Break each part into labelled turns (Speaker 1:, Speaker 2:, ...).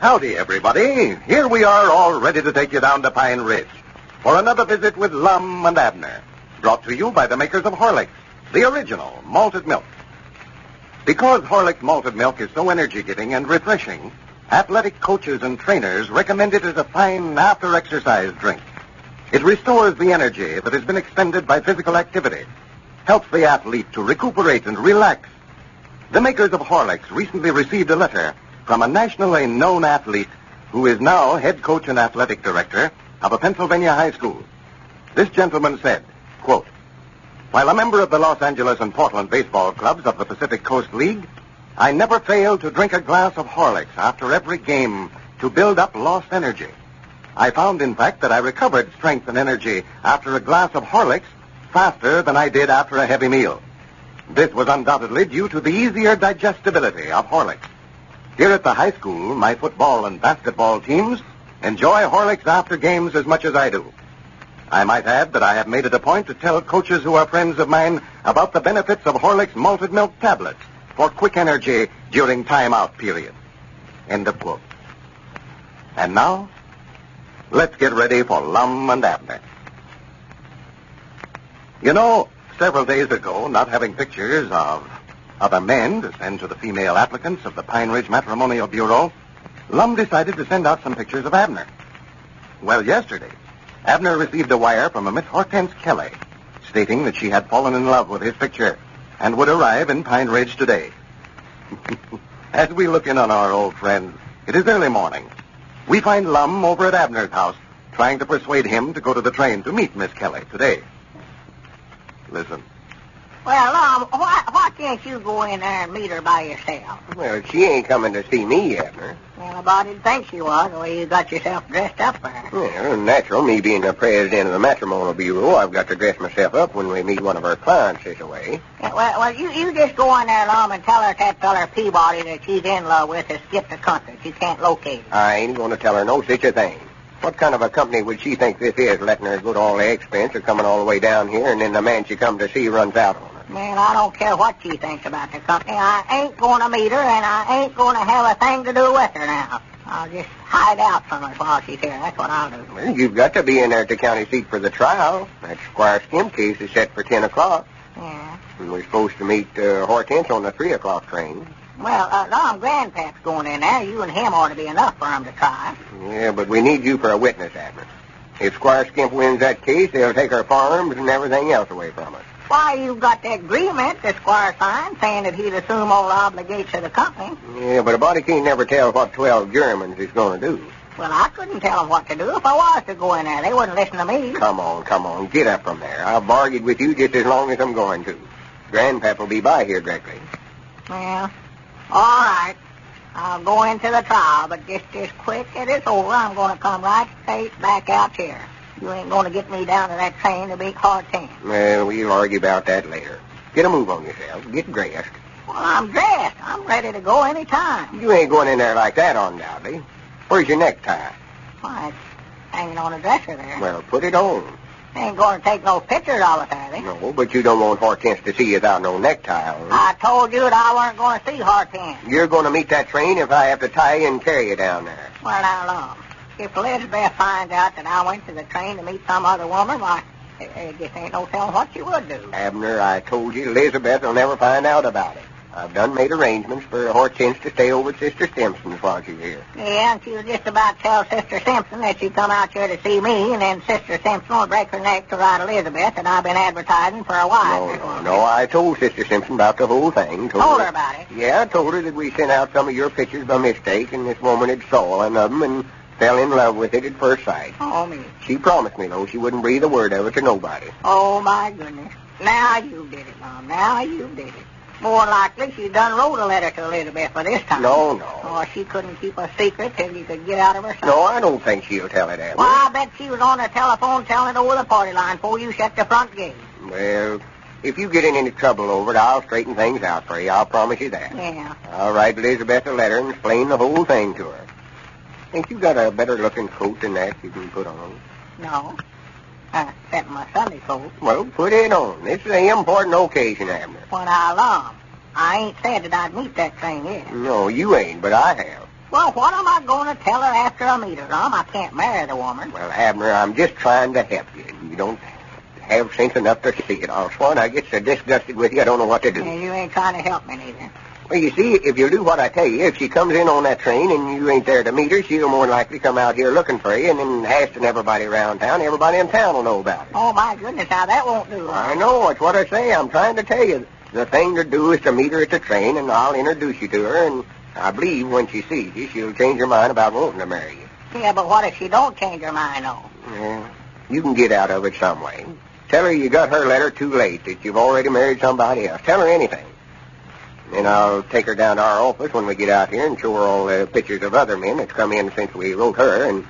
Speaker 1: Howdy, everybody. Here we are all ready to take you down to Pine Ridge for another visit with Lum and Abner, brought to you by the makers of Horlicks, the original malted milk. Because Horlick malted milk is so energy-giving and refreshing, athletic coaches and trainers recommend it as a fine after-exercise drink. It restores the energy that has been expended by physical activity, helps the athlete to recuperate and relax. The makers of Horlicks recently received a letter from a nationally known athlete who is now head coach and athletic director of a Pennsylvania high school. This gentleman said, quote, while a member of the Los Angeles and Portland baseball clubs of the Pacific Coast League, I never fail to drink a glass of Horlicks after every game to build up lost energy. I found, in fact, that I recovered strength and energy after a glass of Horlicks faster than I did after a heavy meal. This was undoubtedly due to the easier digestibility of Horlicks. Here at the high school, my football and basketball teams enjoy Horlicks after games as much as I do. I might add that I have made it a point to tell coaches who are friends of mine about the benefits of Horlick's malted milk tablets for quick energy during timeout period. End of quote. And now, let's get ready for Lum and Abner. You know, several days ago, not having pictures of other men to send to the female applicants of the Pine Ridge Matrimonial Bureau, Lum decided to send out some pictures of Abner. Well, yesterday, Abner received a wire from a Miss Hortense Kelly stating that she had fallen in love with his picture and would arrive in Pine Ridge today. As we look in on our old friend, it is early morning. We find Lum over at Abner's house trying to persuade him to go to the train to meet Miss Kelly today. Listen.
Speaker 2: Well, um, why, why can't you go in there and meet her by yourself?
Speaker 3: Well, she ain't coming to see me, Abner.
Speaker 2: Well, about didn't think she was the way you got yourself dressed up there.
Speaker 3: Well, natural, me being the president of the matrimonial bureau, I've got to dress myself up when we meet one of our clients this way.
Speaker 2: Yeah, well, well you, you just go in there, Lum, and tell her that feller Peabody that she's in love with has skipped the country. She can't locate him.
Speaker 3: I ain't going to tell her no such a thing. What kind of a company would she think this is, letting her go to all the expense of coming all the way down here, and then the man she come to see runs out on her?
Speaker 2: Man, I don't care what she thinks about the company. I ain't going to meet her, and I ain't going to have a thing to do with her now. I'll just hide out from her while she's here. That's what I'll do.
Speaker 3: Well, you've got to be in there at the county seat for the trial. That Squire Skim case is set for 10 o'clock,
Speaker 2: Yeah.
Speaker 3: and we're supposed to meet uh, Hortense on the 3 o'clock train.
Speaker 2: Well, uh, Lum, Grandpap's going in there. You and him ought to be enough for him to try.
Speaker 3: Yeah, but we need you for a witness, Abner. If Squire Skimp wins that case, they'll take our farms and everything else away from us.
Speaker 2: Why, you've got the agreement the squire signed saying that he'd assume all the obligations of the company.
Speaker 3: Yeah, but a body can't never tell what 12 Germans is going to do.
Speaker 2: Well, I couldn't tell 'em what to do if I was to go in there. They wouldn't listen to me.
Speaker 3: Come on, come on, get up from there. I've bargained with you just as long as I'm going to. Grandpap will be by here directly.
Speaker 2: Well, all right. I'll go into the trial, but just as quick as it's over, I'm going to come right straight back out here. You ain't going to get me down to that train to beat Hortense.
Speaker 3: Well, we'll argue about that later. Get a move on yourself. Get dressed.
Speaker 2: Well, I'm dressed. I'm ready to go any time.
Speaker 3: You ain't going in there like that, undoubtedly. Where's your necktie?
Speaker 2: Why, it's hanging on the dresser there.
Speaker 3: Well, put it on.
Speaker 2: ain't going to take no pictures of it, are they?
Speaker 3: No, but you don't want Hortense to see you without no necktie on.
Speaker 2: I told you that I weren't going to see Hortense.
Speaker 3: You're going to meet that train if I have to tie you and carry you down there.
Speaker 2: Well, now, long. If Elizabeth finds out that I went to the train to meet some other woman, why, it, it just ain't no telling what she would do.
Speaker 3: Abner, I told you Elizabeth will never find out about it. I've done made arrangements for Hortense to stay over at Sister Stimson's while she's here.
Speaker 2: Yeah, and she'll just about tell Sister Simpson that she come out here to see me, and then Sister Simpson will break her neck to write Elizabeth that I've been advertising for a while.
Speaker 3: No, no, no. I told Sister Simpson about the whole thing.
Speaker 2: Told her about it.
Speaker 3: Yeah, I told her that we sent out some of your pictures by mistake, and this woman had saw one of them and fell in love with it at first sight.
Speaker 2: Oh, me.
Speaker 3: She promised me, though, she wouldn't breathe a word of it to nobody.
Speaker 2: Oh, my goodness. Now you did it, Mom. Now you did it. More likely she done wrote a letter to Elizabeth for this time.
Speaker 3: No, no.
Speaker 2: Or she couldn't keep a secret till you could get out of her sight.
Speaker 3: No, I don't think she'll tell it, Abner.
Speaker 2: Well, I bet she was on the telephone telling it over the party line before you shut the front gate.
Speaker 3: Well, if you get in any trouble over it, I'll straighten things out for you. I'll promise you that.
Speaker 2: Yeah.
Speaker 3: I'll write Elizabeth a letter and explain the whole thing to her. Think you got a better looking coat than that you can put on?
Speaker 2: No. Uh, except my Sunday coat.
Speaker 3: Well, put it on. This is an important occasion, Abner.
Speaker 2: When I alarm. I ain't said that I'd meet that train yet.
Speaker 3: No, you ain't, but I have.
Speaker 2: Well, what am I going to tell her after I meet her, Tom? I can't marry the woman.
Speaker 3: Well, Abner, I'm just trying to help you. and You don't have sense enough to see it. I'll swear I get so disgusted with you, I don't know what to do.
Speaker 2: And you ain't trying to help me neither.
Speaker 3: Well, you see, if you do what I tell you, if she comes in on that train and you ain't there to meet her, she'll more than likely come out here looking for you and then asking everybody around town. Everybody in town will know about it.
Speaker 2: Oh, my goodness, how that won't do.
Speaker 3: I know. It's what I say. I'm trying to tell you. The thing to do is to meet her at the train, and I'll introduce you to her. And I believe when she sees you, she'll change her mind about wanting to marry you.
Speaker 2: Yeah, but what if she don't change her mind, though?
Speaker 3: Yeah. You can get out of it some way. Tell her you got her letter too late, that you've already married somebody else. Tell her anything. And I'll take her down to our office when we get out here and show her all the pictures of other men that's come in since we wrote her and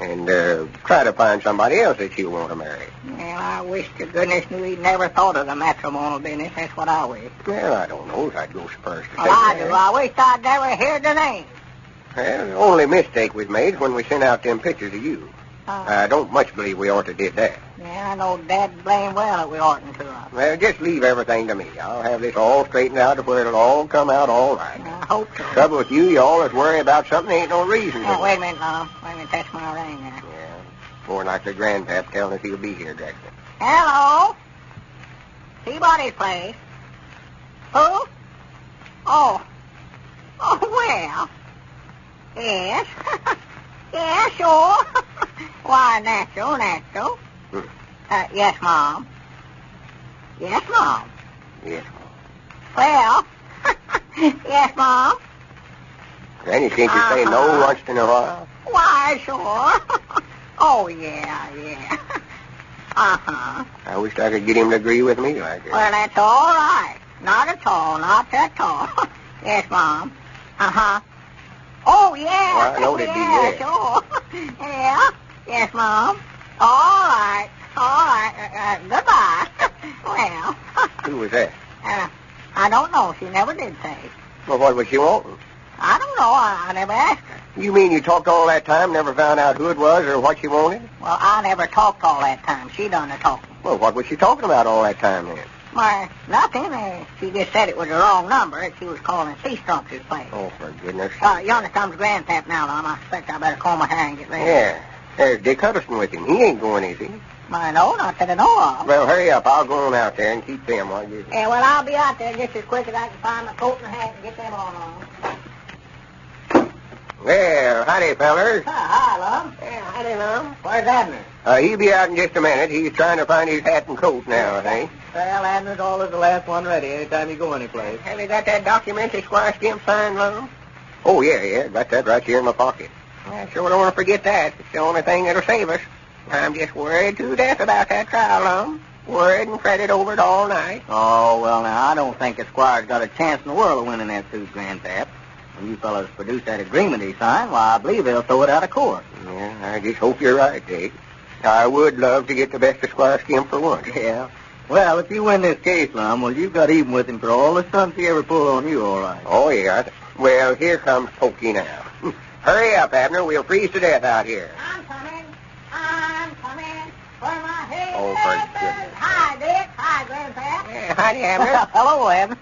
Speaker 3: and uh, try to find somebody else that she'll want to marry.
Speaker 2: Well, I wish to goodness knew he'd never thought of the matrimonial business. That's what I wish.
Speaker 3: Well, I don't know if I'd go first.
Speaker 2: Well, I do. I wish I'd never heard the name.
Speaker 3: Well, the only mistake we made when we sent out them pictures of you.
Speaker 2: Uh, Oh.
Speaker 3: I don't much believe we ought to did that.
Speaker 2: yeah, I know Dad blame well that we oughtn't to. have.
Speaker 3: Well, just leave everything to me. I'll have this all straightened out to where it'll all come out all right.
Speaker 2: I hope so.
Speaker 3: Trouble with you, you always worry about something ain't no reason.
Speaker 2: Oh,
Speaker 3: to.
Speaker 2: wait a minute, Mom. Wait a minute. That's my ring there.
Speaker 3: Yeah, more like the grandpap telling us he'll be here, Jackson.
Speaker 2: Hello? Peabody's place. Who? Oh. Oh, well. Yes. yeah, sure. Why, natural, natural.
Speaker 3: Hmm.
Speaker 2: Uh, yes, Mom. Yes, Mom.
Speaker 3: Yes.
Speaker 2: Well. yes, Mom.
Speaker 3: Granny, can't you say no
Speaker 2: Uh-huh.
Speaker 3: once in a while?
Speaker 2: Why, sure. oh, yeah, yeah. uh-huh.
Speaker 3: I wish I could get him to agree with me like that.
Speaker 2: Well, that's all right. Not at all. Not at all. yes, Mom. Uh huh. Oh yeah.
Speaker 3: Well, I know they do,
Speaker 2: yeah,
Speaker 3: yeah.
Speaker 2: sure. yeah. Yes, Mom. All right. All right. Uh, uh, goodbye. well,
Speaker 3: Who was that?
Speaker 2: uh, I don't know. She never did say.
Speaker 3: Well, what was she wanting?
Speaker 2: I don't know. I, I never asked her.
Speaker 3: You mean you talked all that time, never found out who it was or what she wanted?
Speaker 2: Well, I never talked all that time. She done the talking.
Speaker 3: Well, what was she talking about all that time then?
Speaker 2: Why, nothing. Uh, she just said it was the wrong number. and She was calling C Strump's place.
Speaker 3: Oh, for goodness sake.
Speaker 2: Uh, yonder comes Grandpap now, Mom. I expect I better comb my hair and get ready.
Speaker 3: Yeah. There's Dick Huddleston with him. He ain't going, is he?
Speaker 2: My no, not that I know of.
Speaker 3: Well, hurry up. I'll go on out there and keep them while you...
Speaker 2: Yeah, well, I'll be out there just as quick as I can find my coat and hat and get them on on.
Speaker 3: Well, howdy, fellers.
Speaker 2: Ah, hi, Lum. Yeah, hi there, Lum. Where's Abner?
Speaker 3: Uh, he'll be out in just a minute. He's trying to find his hat and coat now, I think.
Speaker 2: Well, Abner's always the last one ready anytime you go anyplace.
Speaker 3: Have you got that documentary Squire Skimp signed, Lou? Oh, yeah, yeah. Got that right here in my pocket. I sure don't want to forget that. It's the only thing that'll save us. I'm just worried to death about that trial, Lum. Worried and fretted over it all night.
Speaker 2: Oh, well, now, I don't think the Squire's got a chance in the world of winning that suit, Grandpap. When you fellows produce that agreement he signed, why, I believe they'll throw it out of court.
Speaker 3: Yeah, I just hope you're right, Dick. I would love to get the best of Squire Skimp for once.
Speaker 2: Yeah. Well, if you win this case, Lum, well, you've got even with him for all the stunts he ever pulled on you, all right.
Speaker 3: Oh, yeah. Well, here comes Pokey now. Hurry up, Abner. We'll freeze to death out here.
Speaker 2: I'm coming. I'm coming. Where my head
Speaker 3: Oh,
Speaker 2: is.
Speaker 3: for goodness.
Speaker 2: Hi, Dick. Hi, Grandpap.
Speaker 3: Yeah, howdy, Abner.
Speaker 2: Hello, Abner.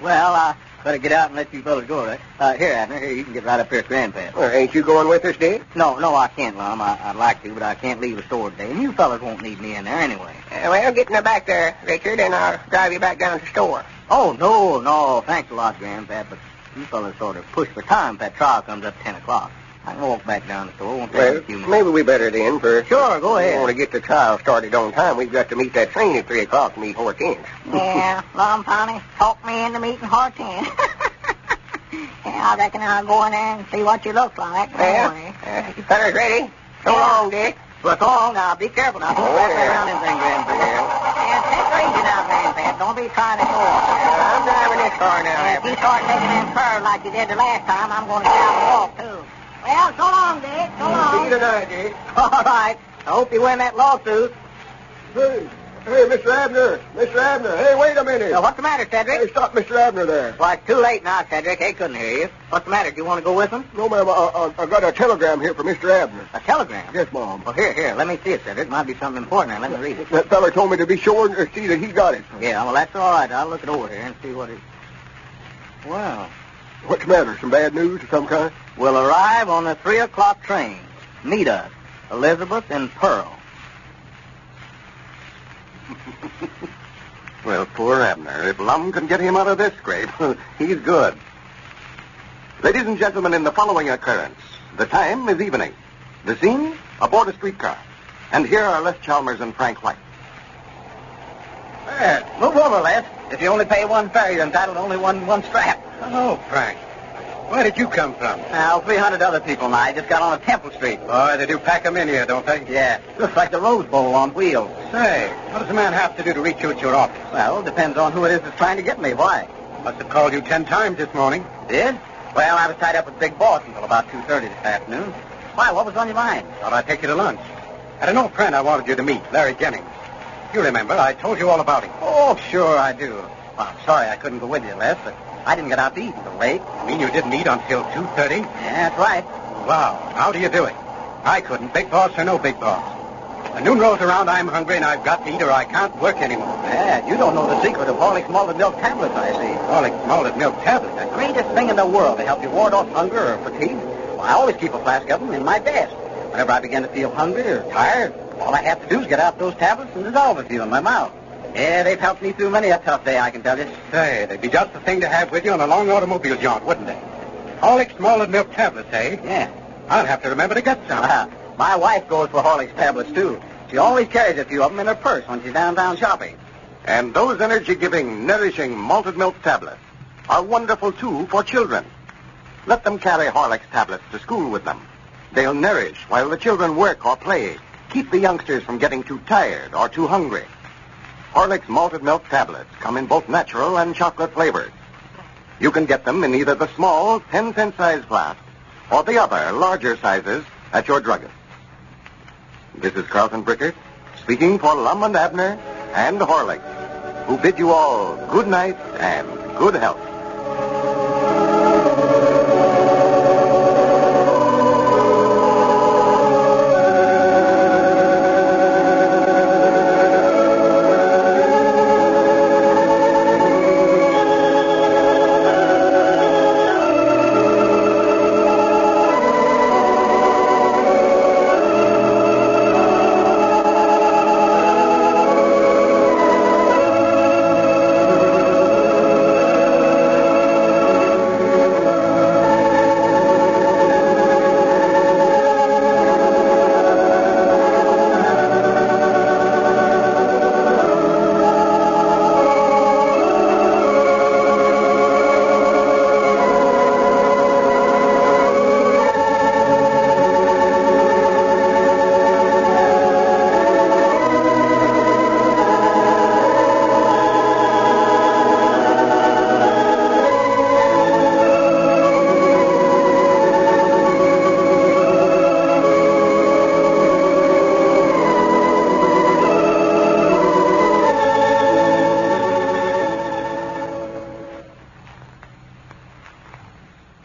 Speaker 2: Well, uh, better get out and let you fellas go, right? Uh, here, Abner, here, you can get right up here to Grandpap.
Speaker 3: Well, ain't you going with us, Dick?
Speaker 2: No, no, I can't, Lum. I, I'd like to, but I can't leave the store today. And you fellas won't need me in there anyway.
Speaker 3: Uh, well, get in the back there, Richard, and I'll drive you back down to the store.
Speaker 2: Oh, no, no. Thanks a lot, Grandpap, but you fellas sort of push for time if that trial comes up 10 o'clock. I can walk back down the store. Won't take me
Speaker 3: Well,
Speaker 2: a few minutes.
Speaker 3: maybe we better then for...
Speaker 2: Sure, go ahead.
Speaker 3: We want to get the trial started on time. We've got to meet that train at 3 o'clock and meet Hortense.
Speaker 2: Yeah, Lum Pony talked me into meeting Hortense. yeah, I reckon I'll go in there and see what you look like.
Speaker 3: Well,
Speaker 2: Anyway.
Speaker 3: uh, you fellas ready? So
Speaker 2: Yeah.
Speaker 3: long, Dick.
Speaker 2: But so long now. Be careful now. Don't
Speaker 3: Oh,
Speaker 2: wrap
Speaker 3: yeah.
Speaker 2: around and thing, Grandpa.
Speaker 3: Yeah.
Speaker 2: Yeah, take it easy now, Grandpa. Don't be trying to go.
Speaker 3: I'm driving this car now,
Speaker 2: Yeah, if
Speaker 3: Abner.
Speaker 2: you start taking in curves like you did the last time, I'm going to get out and walk, too. Well, so long, Dick. So long.
Speaker 3: See you tonight, Dick.
Speaker 2: All right. I hope you win that lawsuit.
Speaker 3: Hey, hey, Mr. Abner. Mr. Abner. Hey, wait a minute.
Speaker 2: Now, what's the matter, Cedric?
Speaker 3: stop Mr. Abner there.
Speaker 2: Why, it's too late now, Cedric. They couldn't hear you. What's the matter? Do you want to go with them?
Speaker 3: No, ma'am. I, I, I got a telegram here for Mr. Abner.
Speaker 2: A telegram.
Speaker 3: Yes, ma'am.
Speaker 2: Well, here, here. Let me see it, Cedric. Might be something important. Now, Let me read it.
Speaker 3: That feller told me to be sure and see that he got it.
Speaker 2: Yeah, well, that's all right. I'll look it over here and see what it. Well,
Speaker 4: What's the matter? Some bad news of some kind?
Speaker 3: We'll arrive on the 3 o'clock train. Meet us, Elizabeth and Pearl.
Speaker 5: Well, poor Abner. If Lum can get him out of this scrape, he's good. Ladies and gentlemen, in the following occurrence, the time is evening. The scene, aboard a streetcar. And here are Les Chalmers and Frank White.
Speaker 3: There, move over, Les. If you only pay one fare, you're entitled to only one one strap.
Speaker 6: Hello, Oh, Frank. Where did you come from?
Speaker 3: Now, 300 other people and I just got on a Temple Street.
Speaker 6: Boy, they do pack 'em in here, don't they?
Speaker 3: Yeah, looks like the Rose Bowl on wheels.
Speaker 6: Say, what does a man have to do to reach you at your office?
Speaker 3: Well, depends on who it is that's trying to get me. Why?
Speaker 6: Must have called you ten times this morning.
Speaker 3: Did? Well, I was tied up with Big Boss until about 2.30 this afternoon. Why, what was on your mind?
Speaker 6: Thought I'd take you to lunch. Had an old friend I wanted you to meet, Larry Jennings. You remember, I told you all about him.
Speaker 3: Oh, sure, I do. Well, I'm sorry I couldn't go with you, Les, but I didn't get out to eat until late.
Speaker 6: You mean you didn't eat until 2.30?
Speaker 3: Yeah, that's right.
Speaker 6: Wow, how do you do it? I couldn't, big boss or no big boss. The noon rolls around, I'm hungry, and I've got to eat or I can't work anymore.
Speaker 3: Yeah, you don't know the secret of Horlick's malted milk tablets, I see.
Speaker 6: Horlick's malted milk tablet.
Speaker 3: The greatest thing in the world to help you ward off hunger or fatigue. Well, I always keep a flask of them in my desk. Whenever I begin to feel hungry or tired, all I have to do is get out those tablets and dissolve a few in my mouth. Yeah, they've helped me through many a tough day, I can tell you.
Speaker 6: Say, they'd be just the thing to have with you on a long automobile jaunt, wouldn't they? Horlick's malted milk tablets, eh?
Speaker 3: Yeah.
Speaker 6: I'll have to remember to get some.
Speaker 3: Uh, my wife goes for Horlick's tablets, too. She always carries a few of them in her purse when she's downtown shopping.
Speaker 5: And those energy-giving, nourishing malted milk tablets are wonderful, too, for children. Let them carry Horlick's tablets to school with them. They'll nourish while the children work or play, keep the youngsters from getting too tired or too hungry. Horlick's malted milk tablets come in both natural and chocolate flavors. You can get them in either the small 10-cent size flask or the other larger sizes at your druggist. This is Carlton Brickert speaking for Lum and Abner and Horlick, who bid you all good night and good health.